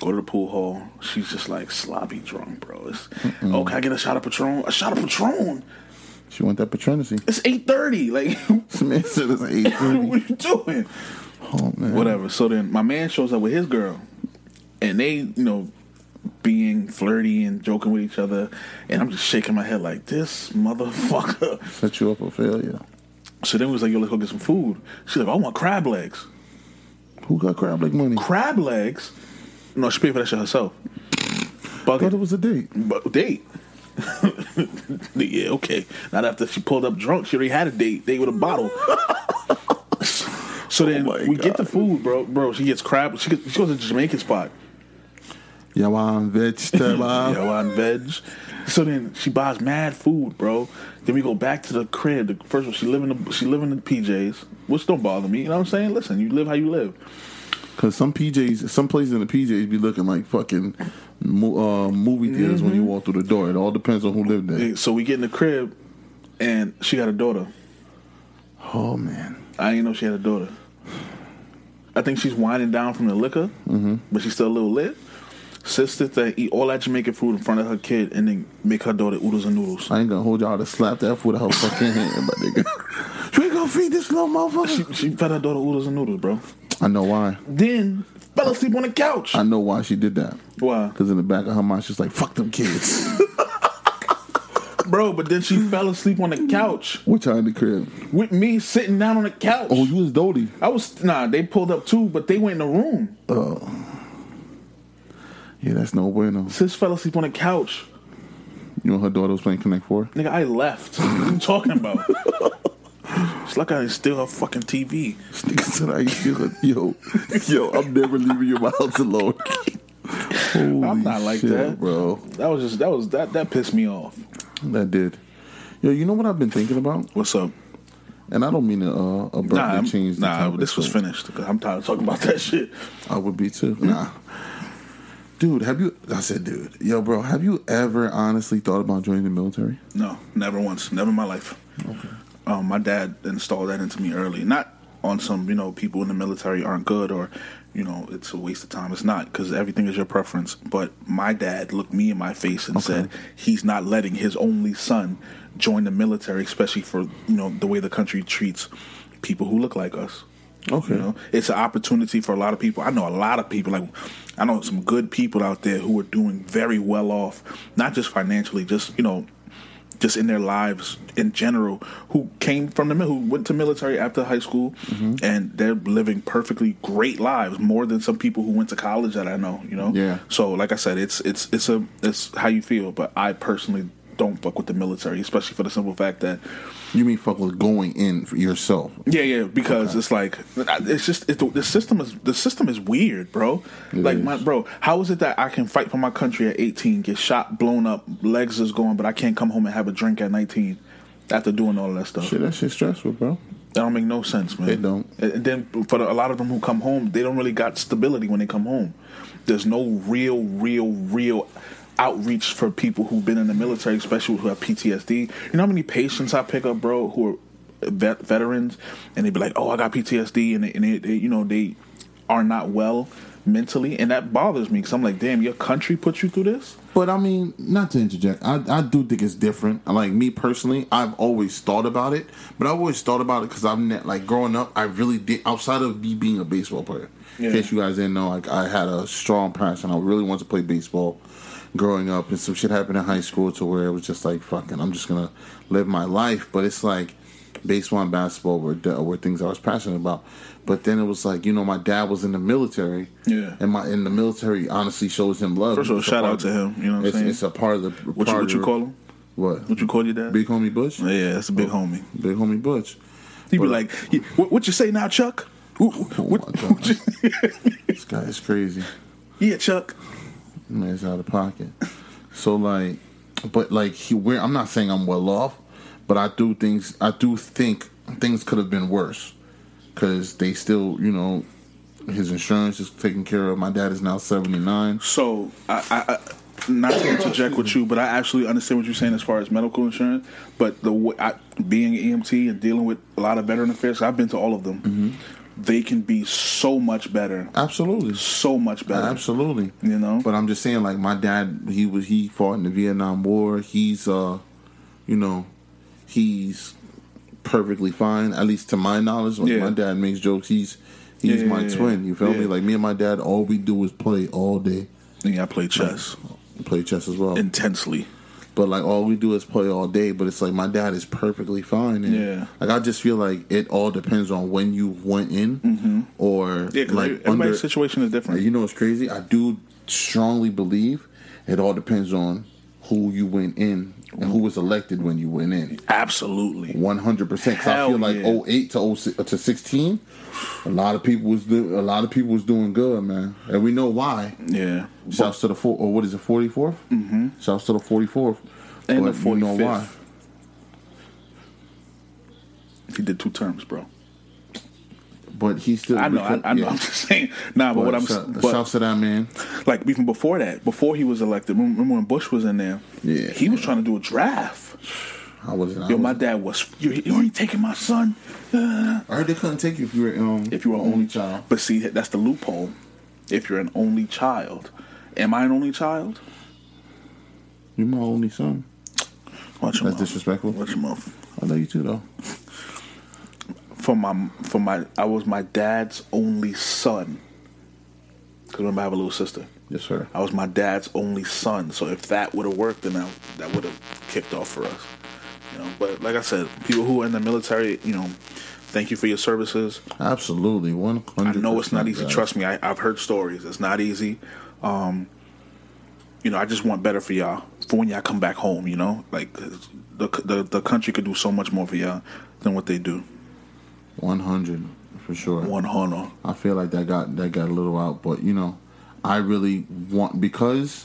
Speaker 2: Go to the pool hall. She's just like sloppy drunk, bro. It's, oh, can I get a shot of Patron? A shot of Patron.
Speaker 1: She want that paternity.
Speaker 2: It's eight thirty. Like,
Speaker 1: This man said it's eighteen.
Speaker 2: what are you doing?
Speaker 1: Oh man.
Speaker 2: Whatever. So then my man shows up with his girl, and they, you know, being flirty and joking with each other, and I'm just shaking my head like this motherfucker.
Speaker 1: Set you up for failure.
Speaker 2: So then we was like, yo, let's go get some food. She's like, I want crab legs.
Speaker 1: Who got crab leg money?
Speaker 2: Crab legs? No, she paid for that shit herself.
Speaker 1: I thought it
Speaker 2: Bucket.
Speaker 1: was a date.
Speaker 2: But date. yeah, okay. Not after she pulled up drunk. She already had a date. Date with a bottle. so then
Speaker 1: Oh my
Speaker 2: we get the
Speaker 1: God.
Speaker 2: food, bro. Bro, she gets crab. She, gets, she goes to Jamaican spot.
Speaker 1: Yawan vegetable.
Speaker 2: Yo, I'm veg. So then she buys mad food, bro. Then we go back to the crib. The first one, she live in the she live in the PJs, which don't bother me. You know what I'm saying? Listen, you live how you live.
Speaker 1: Cause some PJs, some places in the PJs be looking like fucking mo- uh, movie theaters when you walk through the door. It all depends on who lived there.
Speaker 2: So we get in the crib, and she got a daughter.
Speaker 1: Oh man.
Speaker 2: I didn't know she had a daughter. I think she's winding down from the liquor,
Speaker 1: Mm-hmm.
Speaker 2: but she's still a little lit. Sister that eat all that Jamaican food in front of her kid, and then make her daughter oodles and noodles.
Speaker 1: I ain't gonna hold y'all to slap that food out her fucking hand, my nigga. You ain't gonna feed this little
Speaker 2: She,
Speaker 1: motherfucker.
Speaker 2: she fed her daughter oodles and noodles, bro.
Speaker 1: I know why.
Speaker 2: Then fell asleep on the couch.
Speaker 1: I know why she did that.
Speaker 2: Why?
Speaker 1: Cause in the back of her mind, she's like, "Fuck them kids."
Speaker 2: Bro, but then she fell asleep on the couch
Speaker 1: Which I in the crib.
Speaker 2: with me sitting down on the couch.
Speaker 1: Oh, you was Dodie.
Speaker 2: I was nah. They pulled up too, but they went in the room.
Speaker 1: Yeah, that's no bueno.
Speaker 2: Sis fell asleep on the couch.
Speaker 1: You know her daughter was playing Connect Four.
Speaker 2: Nigga, I left. What are you talking about? it's like I didn't steal her fucking TV.
Speaker 1: This nigga said, "I ain't feeling yo, yo, I'm never leaving your house alone." Holy
Speaker 2: I'm not like
Speaker 1: shit,
Speaker 2: that.
Speaker 1: bro.
Speaker 2: That was just that was that that pissed me off.
Speaker 1: That did. Yo, you know what I've been thinking about,
Speaker 2: What's up?
Speaker 1: and I don't mean to uh, abruptly
Speaker 2: Nah, I'm-
Speaker 1: change. The
Speaker 2: nah.
Speaker 1: topic,
Speaker 2: This was Hmm?
Speaker 1: so
Speaker 2: finished. I'm tired of talking about that shit.
Speaker 1: I would be too. Nah, dude, have you? I said, dude, yo, bro, have you ever honestly thought about joining the military?
Speaker 2: No, never once. Never in my life. Um, my dad installed that into me early. Not on some, you know, people in the military aren't good or, you know, it's a waste of time. It's not because everything is your preference. But my dad looked me in my face and said he's not letting his only son join the military, especially for, you know, the way the country treats people who look like us.
Speaker 1: Okay.
Speaker 2: You know, it's an opportunity for a lot of people. I know a lot of people. Like, I know some good people out there who are doing very well off, not just financially, just you know, just in their lives in general. Who came from the mil- who went to military after high school, and they're living perfectly great lives, more than some people who went to college that I know. You know,
Speaker 1: Yeah.
Speaker 2: So, like I said, it's it's it's a it's how you feel, but I personally don't fuck with the military, especially for the simple fact that
Speaker 1: You mean fuck with going in for yourself?
Speaker 2: yeah, yeah, because it's like it's just it, the system is the system is weird, bro.
Speaker 1: It
Speaker 2: like
Speaker 1: is.
Speaker 2: my bro, how is it that I can fight for my country at 18, get shot, blown up, legs is going, but I can't come home and have a drink at 19 after doing all that stuff?
Speaker 1: Shit, that shit stressful, bro.
Speaker 2: That don't make no sense, man.
Speaker 1: It don't.
Speaker 2: And and then for the, a lot of them who come home, they don't really got stability when they come home. There's no real, real, real outreach for people who've been in the military, especially who have PTSD. You know how many patients I pick up, bro, who are vet, veterans, and they be like, "Oh, I got PTSD," and they, and they, they you know, they are not well mentally, and that bothers me because I'm like, "Damn, your country put you through this."
Speaker 1: But I mean, not to interject, I, I do think it's different. Like me personally, I've always thought about it, but I've always thought about it because I'm ne- like growing up. I really did outside of me being a baseball player.
Speaker 2: Yeah.
Speaker 1: In case you guys didn't know, like I had a strong passion. I really wanted to play baseball growing up, and some shit happened in high school to where it was just like fucking. I'm just gonna live my life, but it's like baseball and basketball were were things I was passionate about. But then it was like you know my dad was in the military,
Speaker 2: Yeah.
Speaker 1: and my in the military honestly shows him love.
Speaker 2: First of all,
Speaker 1: It's a
Speaker 2: shout
Speaker 1: part
Speaker 2: out to
Speaker 1: of-
Speaker 2: him. You know what I'm
Speaker 1: It's,
Speaker 2: saying?
Speaker 1: it's a part of the
Speaker 2: what you,
Speaker 1: part
Speaker 2: what you
Speaker 1: of-
Speaker 2: call him?
Speaker 1: what
Speaker 2: What you call your dad?
Speaker 1: big Oh. homie Bush,
Speaker 2: yeah, that's a big homie.
Speaker 1: big homie Bush.
Speaker 2: He'd be
Speaker 1: But-
Speaker 2: like, "Yeah, what, what you say now, Chuck? Wh- wh-
Speaker 1: Oh
Speaker 2: What,
Speaker 1: my God.
Speaker 2: what you-
Speaker 1: This guy is crazy.
Speaker 2: yeah, Chuck.
Speaker 1: Man's out of pocket. So like, but like he, we're, I'm not saying I'm well off, but I do things. I do think things could have been worse because they still, you know, his insurance is taken care of. My dad is now 79.
Speaker 2: So, I, I, I not to interject with you, but I absolutely understand what you're saying as far as medical insurance. But the way I, being an EMT and dealing with a lot of veteran affairs, I've been to all of them. They can be so much better,
Speaker 1: Absolutely,
Speaker 2: so much better.
Speaker 1: absolutely.
Speaker 2: You know,
Speaker 1: But I'm just saying, like my dad, he was he fought in the Vietnam War. He's uh, you know, he's perfectly fine, at least to my knowledge. Like
Speaker 2: Yeah.
Speaker 1: my dad makes jokes. He's he's
Speaker 2: Yeah,
Speaker 1: my
Speaker 2: yeah,
Speaker 1: twin. You feel
Speaker 2: yeah.
Speaker 1: me? Like me and my dad, all we do is play all day,
Speaker 2: yeah, I play chess
Speaker 1: play chess as well.
Speaker 2: intensely.
Speaker 1: but like all we do is play all day. But it's like my dad is perfectly fine. And
Speaker 2: Yeah.
Speaker 1: Like I just feel like it all depends on when you went in or
Speaker 2: Mm-hmm. Yeah, because
Speaker 1: like
Speaker 2: everybody's situation is different.
Speaker 1: Like, you know what's crazy? I do strongly believe it all depends on who you went in and who was elected when you went in.
Speaker 2: Absolutely.
Speaker 1: One hundred percent. I
Speaker 2: Hell
Speaker 1: feel like
Speaker 2: yeah.
Speaker 1: oh eight 08 to 06, to sixteen, a lot of people was do, a lot of people was doing good, man, and we know why.
Speaker 2: Yeah.
Speaker 1: Shouts to the four or what is it forty Mm-hmm. Shouts to the forty fourth
Speaker 2: And the 45th. He did two terms, bro.
Speaker 1: But he still.
Speaker 2: I know,
Speaker 1: we
Speaker 2: I,
Speaker 1: could-
Speaker 2: I know.
Speaker 1: yeah.
Speaker 2: I'm just saying. Nah, but, what I'm,
Speaker 1: shout,
Speaker 2: but
Speaker 1: shouts to that man.
Speaker 2: like even before that, before he was elected, remember when Bush was in there?
Speaker 1: Yeah.
Speaker 2: he was trying to do a draft.
Speaker 1: I wasn't. I,
Speaker 2: Yo, my
Speaker 1: wasn't-
Speaker 2: dad was. You, you ain't taking my son. Uh,
Speaker 1: I heard they couldn't take you if you were um
Speaker 2: if you were
Speaker 1: only child.
Speaker 2: but see, that's the loophole. If you're an only child, am I an only child?
Speaker 1: You're my only son.
Speaker 2: Watch your
Speaker 1: That's
Speaker 2: mouth.
Speaker 1: disrespectful.
Speaker 2: Watch your mouth.
Speaker 1: I love you too, though.
Speaker 2: For my, for my, I was my dad's only son. Because remember, I have a little sister.
Speaker 1: Yes, sir.
Speaker 2: I was my dad's only son, so if that would have worked, then I, that would have kicked off for us. You know, but like I said, people who are in the military, you know, thank you for your services.
Speaker 1: Absolutely, one
Speaker 2: I
Speaker 1: hundred.
Speaker 2: know it's not easy. Trust me, I, I've heard stories. It's not easy. Um, you know, I just want better for y'all for when y'all come back home. You know, like 'cause the the, the country could do so much more for y'all than what they do.
Speaker 1: One hundred for sure.
Speaker 2: One honor.
Speaker 1: I feel like that got that got a little out, but you know, I really want because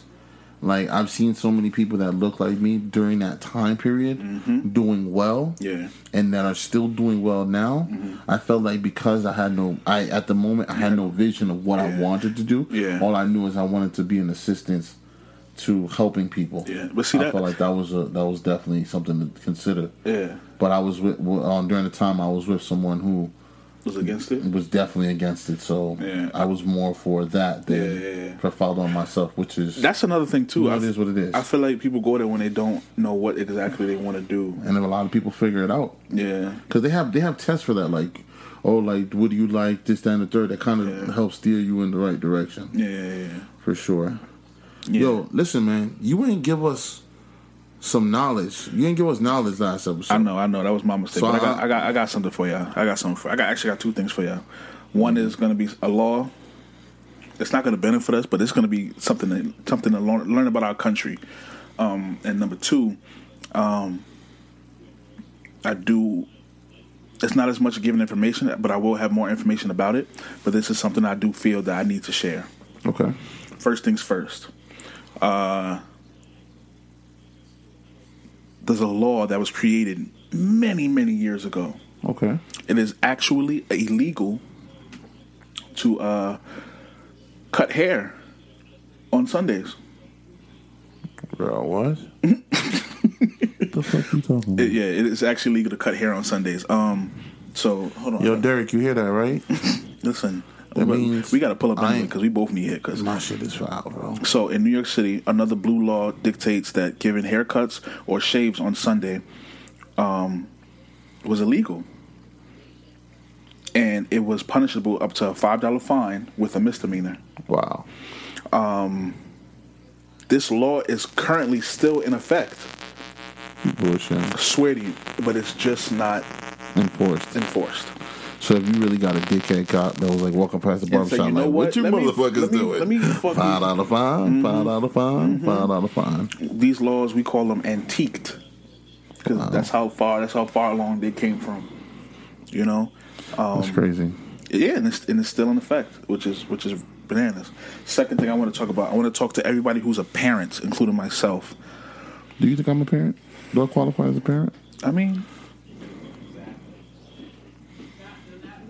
Speaker 1: like I've seen so many people that look like me during that time period doing well.
Speaker 2: Mm-hmm. Yeah.
Speaker 1: And that are still doing well now. I felt like because I had no, I at the moment I had no vision of what I
Speaker 2: Mm-hmm. Yeah.
Speaker 1: wanted to do.
Speaker 2: Yeah.
Speaker 1: All I knew is I wanted to be an assistance to helping people.
Speaker 2: Yeah, but see
Speaker 1: I
Speaker 2: that-
Speaker 1: felt like that was a that was definitely something to consider.
Speaker 2: Yeah,
Speaker 1: But I was with um, during the time I was with someone who
Speaker 2: was against it.
Speaker 1: was definitely against it, so
Speaker 2: Yeah.
Speaker 1: I was more for that than
Speaker 2: Yeah, yeah, yeah.
Speaker 1: for following myself, which is
Speaker 2: That's another thing too.
Speaker 1: You know,
Speaker 2: I f-
Speaker 1: it is what it is.
Speaker 2: I feel like people go there when they don't know what exactly they want to do.
Speaker 1: and then a lot of people figure it out
Speaker 2: Yeah,
Speaker 1: because they have they have tests for that, like oh, like what do you like this, that, and the third. That kind of
Speaker 2: Yeah.
Speaker 1: helps steer you in the right direction
Speaker 2: yeah, yeah. yeah.
Speaker 1: for sure.
Speaker 2: Yeah.
Speaker 1: Yo, listen, man, you ain't give us some knowledge. You ain't give us knowledge last episode.
Speaker 2: I know, I know. That was my mistake.
Speaker 1: So
Speaker 2: but I got,
Speaker 1: I-
Speaker 2: I got, I got something for y'all. I got something for. I got actually got two things for y'all. One is going to be a law. It's not going to benefit us, but it's going to be something, that, something to learn, learn about our country. Um, and number two, um, I do. It's not as much giving information, but I will have more information about it. But this is something I do feel that I need to share.
Speaker 1: Okay,
Speaker 2: First things first. Uh, there's a law that was created many, many years ago.
Speaker 1: okay,
Speaker 2: It is actually illegal to uh, cut hair on Sundays.
Speaker 1: bro, what? the fuck you talking?
Speaker 2: It- yeah, it is actually legal to cut hair on Sundays. Um, so hold on.
Speaker 1: Yo, Derek, you hear that, right?
Speaker 2: listen,
Speaker 1: That
Speaker 2: we-
Speaker 1: means
Speaker 2: we got to pull up
Speaker 1: I ain't-
Speaker 2: because we both need it. Because
Speaker 1: My shit is foul, bro.
Speaker 2: So in New York City, another blue law dictates that giving haircuts or shaves on Sunday um, was illegal. And it was punishable up to a $5 fine with a misdemeanor.
Speaker 1: Wow.
Speaker 2: This law is currently still in effect.
Speaker 1: Bullshit.
Speaker 2: I swear to you, but it's just not
Speaker 1: enforced.
Speaker 2: enforced.
Speaker 1: So if you really got a dickhead cop that was like walking past the
Speaker 2: And say,
Speaker 1: barbershop,
Speaker 2: "You know
Speaker 1: like what,
Speaker 2: what?
Speaker 1: you
Speaker 2: Let me-
Speaker 1: motherfuckers
Speaker 2: let me-
Speaker 1: doing?
Speaker 2: let me fuck Mm-hmm.
Speaker 1: five
Speaker 2: these-
Speaker 1: out of 5 five out of five, five out of five.
Speaker 2: These laws we call them antiqued because that's how far that's how far along they came from. You know,
Speaker 1: That's
Speaker 2: Um,
Speaker 1: crazy.
Speaker 2: Yeah, and it's, and it's still in effect, which is which is bananas. Second thing I want to talk about, I want to talk to everybody who's a parent, including myself.
Speaker 1: Do you think I'm a parent? Do I qualify as a parent?
Speaker 2: I mean,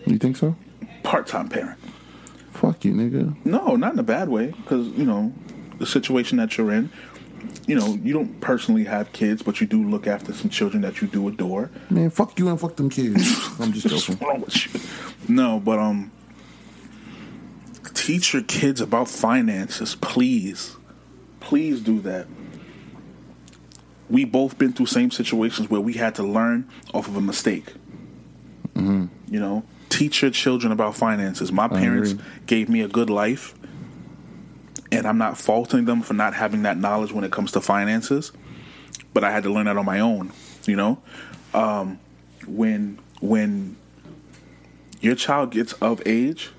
Speaker 1: You think so?
Speaker 2: part-time parent.
Speaker 1: Fuck you, nigga.
Speaker 2: No, not in a bad way, because you know the situation that you're in. You know, you don't personally have kids, but you do look after some children that you do adore.
Speaker 1: Man, fuck you and fuck them kids. I'm just
Speaker 2: What's
Speaker 1: joking.
Speaker 2: wrong with you? No, but um, teach your kids about finances, please, please do that. We both been through same situations where we had to learn off of a mistake. You know, teach your children about finances. My parents
Speaker 1: agree.
Speaker 2: gave me a good life, and I'm not faulting them for not having that knowledge when it comes to finances. But I had to learn that on my own. You know, um, when when your child gets of age,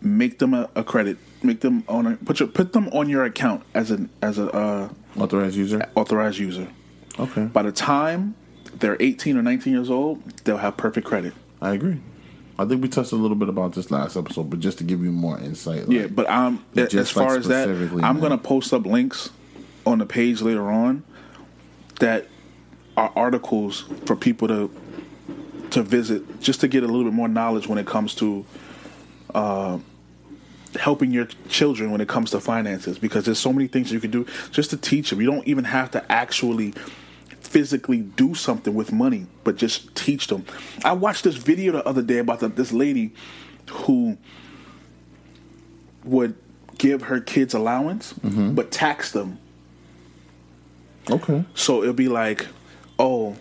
Speaker 2: make them a, a credit. Make them on a, put your put them on your account as an as a uh,
Speaker 1: Authorized user.
Speaker 2: authorized user.
Speaker 1: Okay,
Speaker 2: By the time they're 18 or 19 years old, they'll have perfect credit.
Speaker 1: I agree. I think we touched a little bit about this last episode, but just to give you more insight. like-
Speaker 2: Yeah, but I'm
Speaker 1: Just
Speaker 2: as far
Speaker 1: like
Speaker 2: as that,
Speaker 1: specifically,
Speaker 2: I'm
Speaker 1: man.
Speaker 2: gonna post up links on the page later on that are articles for people to to visit just to get a little bit more knowledge when it comes to uh, helping your children when it comes to finances because there's so many things you can do just to teach them. You don't even have to actually physically do something with money, but just teach them. I watched this video the other day about the, this lady who would give her kids allowance but tax them.
Speaker 1: Okay.
Speaker 2: So it'll be like, oh,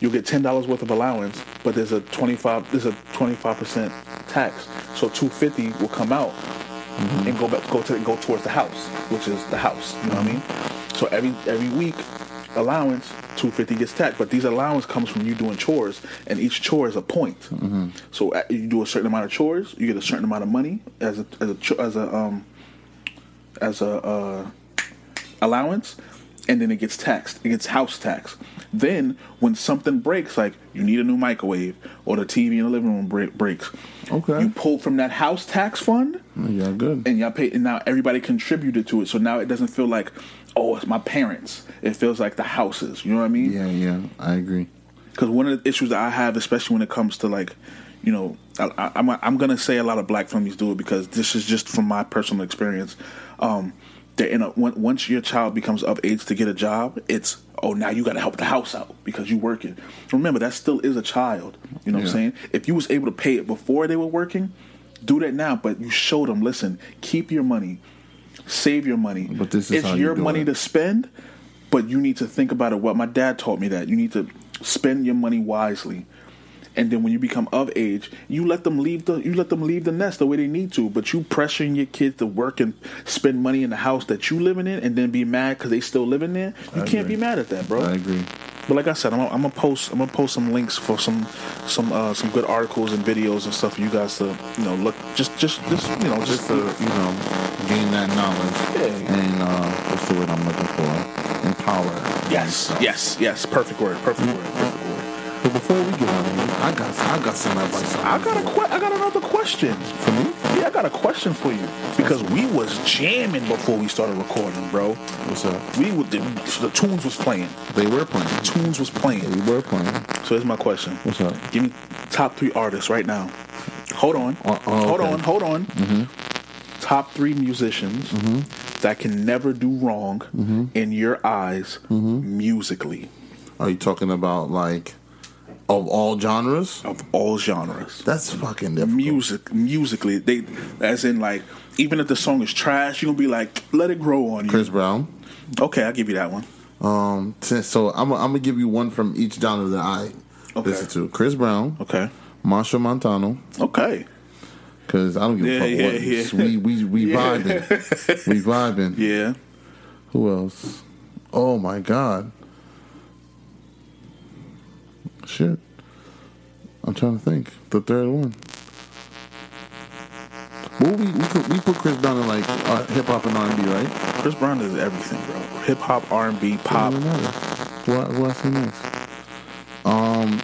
Speaker 2: you'll get ten dollars worth of allowance, but there's a twenty five there's a twenty five percent tax. So two fifty will come out and go back go to go towards the house, which is the house. You know what I mean? So every every week allowance 250 gets taxed but these allowance comes from you doing chores and each chore is a point so uh, you do a certain amount of chores you get a certain amount of money as a as a cho- as a um as a uh, allowance, and then it gets taxed. It gets house tax. Then when something breaks, like you need a new microwave or the TV in the living room break, breaks,
Speaker 1: Okay.
Speaker 2: you pull from that house tax fund,
Speaker 1: Yeah, good.
Speaker 2: and y'all pay. And now everybody contributed to it, so now it doesn't feel like oh it's my parents. It feels like the houses. You know what I mean?
Speaker 1: yeah, yeah, I agree.
Speaker 2: because one of the issues that I have, especially when it comes to like, you know, I, I, I'm I'm gonna say a lot of black families do it because this is just from my personal experience. Um, they're in a on- once your child becomes of age to get a job, it's oh now you got to help the house out because you working. Remember that still is a child. You know what
Speaker 1: Yeah.
Speaker 2: I'm saying? If you was able to pay it before they were working, do that now. But you show them, listen, keep your money, save your money.
Speaker 1: But this is
Speaker 2: it's
Speaker 1: how you
Speaker 2: your
Speaker 1: do
Speaker 2: money
Speaker 1: it.
Speaker 2: to spend, but you need to think about it. Well, my dad taught me that you need to spend your money wisely, and then when you become of age, you let them leave the you let them leave the nest the way they need to. But you pressuring your kids to work and spend money in the house that you living in, and then be mad because they still living there. You can't
Speaker 1: agree.
Speaker 2: be mad at that, bro.
Speaker 1: I agree.
Speaker 2: But like I said, I'm gonna, I'm gonna post I'm gonna post some links for some some uh, some good articles and videos and stuff for you guys to you know look just just just you know just
Speaker 1: Just to, you know, gain that knowledge
Speaker 2: Yeah.
Speaker 1: and uh, what's the word I'm looking for? Empower.
Speaker 2: yes yes yes perfect word perfect word perfect word.
Speaker 1: But before we get on, I got, I got some advice. on
Speaker 2: I
Speaker 1: this
Speaker 2: got a
Speaker 1: one.
Speaker 2: que- I got another question.
Speaker 1: for me.
Speaker 2: Yeah, I got a question for you because we was jamming before we started recording, bro.
Speaker 1: What's up?
Speaker 2: We would the, the tunes was playing,
Speaker 1: They were playing.
Speaker 2: tunes was
Speaker 1: They
Speaker 2: playing.
Speaker 1: were playing.
Speaker 2: So here's my question.
Speaker 1: What's up?
Speaker 2: Give me top three artists right now. Hold on,
Speaker 1: Uh, oh,
Speaker 2: hold
Speaker 1: okay. Mm-hmm.
Speaker 2: on, hold on. Top three musicians that can never do wrong
Speaker 1: Mm-hmm.
Speaker 2: in your eyes musically
Speaker 1: Are you talking about like of all genres?
Speaker 2: of all genres.
Speaker 1: That's fucking difficult.
Speaker 2: music musically they as in like even if the song is trash you're gonna be like let it grow on you
Speaker 1: Chris Brown.
Speaker 2: okay i'll give you that one
Speaker 1: Um, t- so I'm, I'm gonna give you one from each genre that I
Speaker 2: Okay.
Speaker 1: listen to. Chris Brown,
Speaker 2: okay
Speaker 1: Marsha Montano,
Speaker 2: okay
Speaker 1: because I don't give a
Speaker 2: Yeah,
Speaker 1: fuck
Speaker 2: yeah,
Speaker 1: what
Speaker 2: yeah.
Speaker 1: we we we
Speaker 2: Yeah.
Speaker 1: vibing, we vibing.
Speaker 2: yeah
Speaker 1: Who else? Oh my god. Shit. I'm trying to think. The third one. Well, we we, could, we put Chris Brown in like uh, hip hop and R and B, right?
Speaker 2: Chris Brown does everything, bro. Hip hop, R and B,
Speaker 1: I
Speaker 2: pop.
Speaker 1: don't know. What what else is next? Um,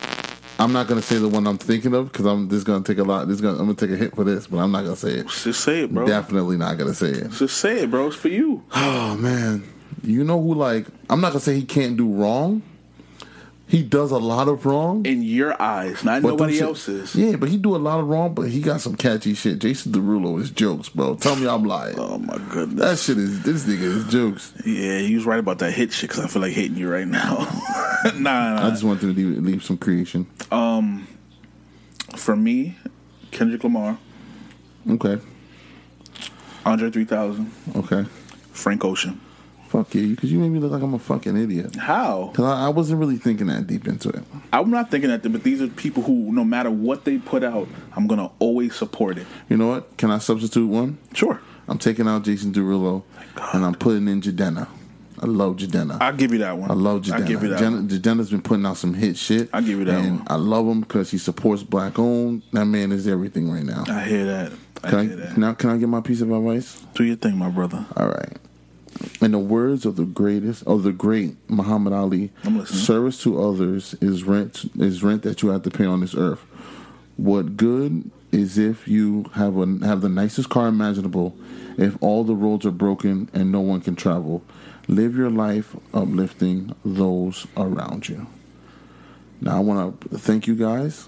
Speaker 1: I'm not gonna say the one I'm thinking of because I'm this is gonna take a lot. This is gonna I'm gonna take a hit for this, but I'm not gonna say it.
Speaker 2: Just say it, bro.
Speaker 1: Definitely not gonna say it.
Speaker 2: Just say it, bro. It's for you.
Speaker 1: Oh man, you know who? Like I'm not gonna say he can't do wrong. He does a lot of wrong.
Speaker 2: In your eyes, not
Speaker 1: But them
Speaker 2: nobody
Speaker 1: shit-
Speaker 2: else's.
Speaker 1: Yeah, but he do a lot of wrong, but he got some catchy shit. Jason Derulo is jokes, bro. Tell me I'm lying.
Speaker 2: Oh my
Speaker 1: That
Speaker 2: goodness.
Speaker 1: shit is this nigga is jokes.
Speaker 2: yeah, he was right about that hit shit because I feel like hating you right now. nah,
Speaker 1: I
Speaker 2: nah,
Speaker 1: just wanted to leave, leave some creation.
Speaker 2: For me, Kendrick Lamar,
Speaker 1: Okay,
Speaker 2: Andre 3000,
Speaker 1: okay.
Speaker 2: Frank Ocean.
Speaker 1: Fuck you, because you made me look like I'm a fucking idiot.
Speaker 2: How?
Speaker 1: Cause I, I wasn't really thinking that deep into it.
Speaker 2: I'm not thinking that, but these are people who, no matter what they put out, I'm going to always support it.
Speaker 1: You know what? Can I substitute one?
Speaker 2: Sure.
Speaker 1: I'm taking out Jason Derulo,
Speaker 2: God.
Speaker 1: and I'm putting in Jadena. I love Jadena.
Speaker 2: I'll give you that one.
Speaker 1: I love Jadena.
Speaker 2: I'll give you that one.
Speaker 1: has been putting out some hit shit.
Speaker 2: I'll give you that
Speaker 1: and
Speaker 2: one.
Speaker 1: I love him because he supports black owned. That man is everything right now.
Speaker 2: I hear that. I
Speaker 1: Can
Speaker 2: hear
Speaker 1: I,
Speaker 2: that.
Speaker 1: now, can I get my piece of advice?
Speaker 2: Do your thing, my brother.
Speaker 1: All right. In the words of the greatest, of the great Muhammad Ali,
Speaker 2: I'm listening.
Speaker 1: service to others is rent is rent that you have to pay on this earth. What good is if you have a, have the nicest car imaginable, if all the roads are broken and no one can travel? Live your life uplifting those around you. Now I want to thank you guys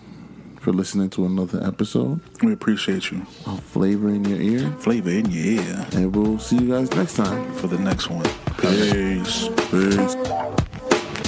Speaker 1: for listening to another episode
Speaker 2: We appreciate you.
Speaker 1: of Flavor in Your Ear,
Speaker 2: Flavor in your ear
Speaker 1: and we'll see you guys next time.
Speaker 2: for the next one. Peace.
Speaker 1: Peace.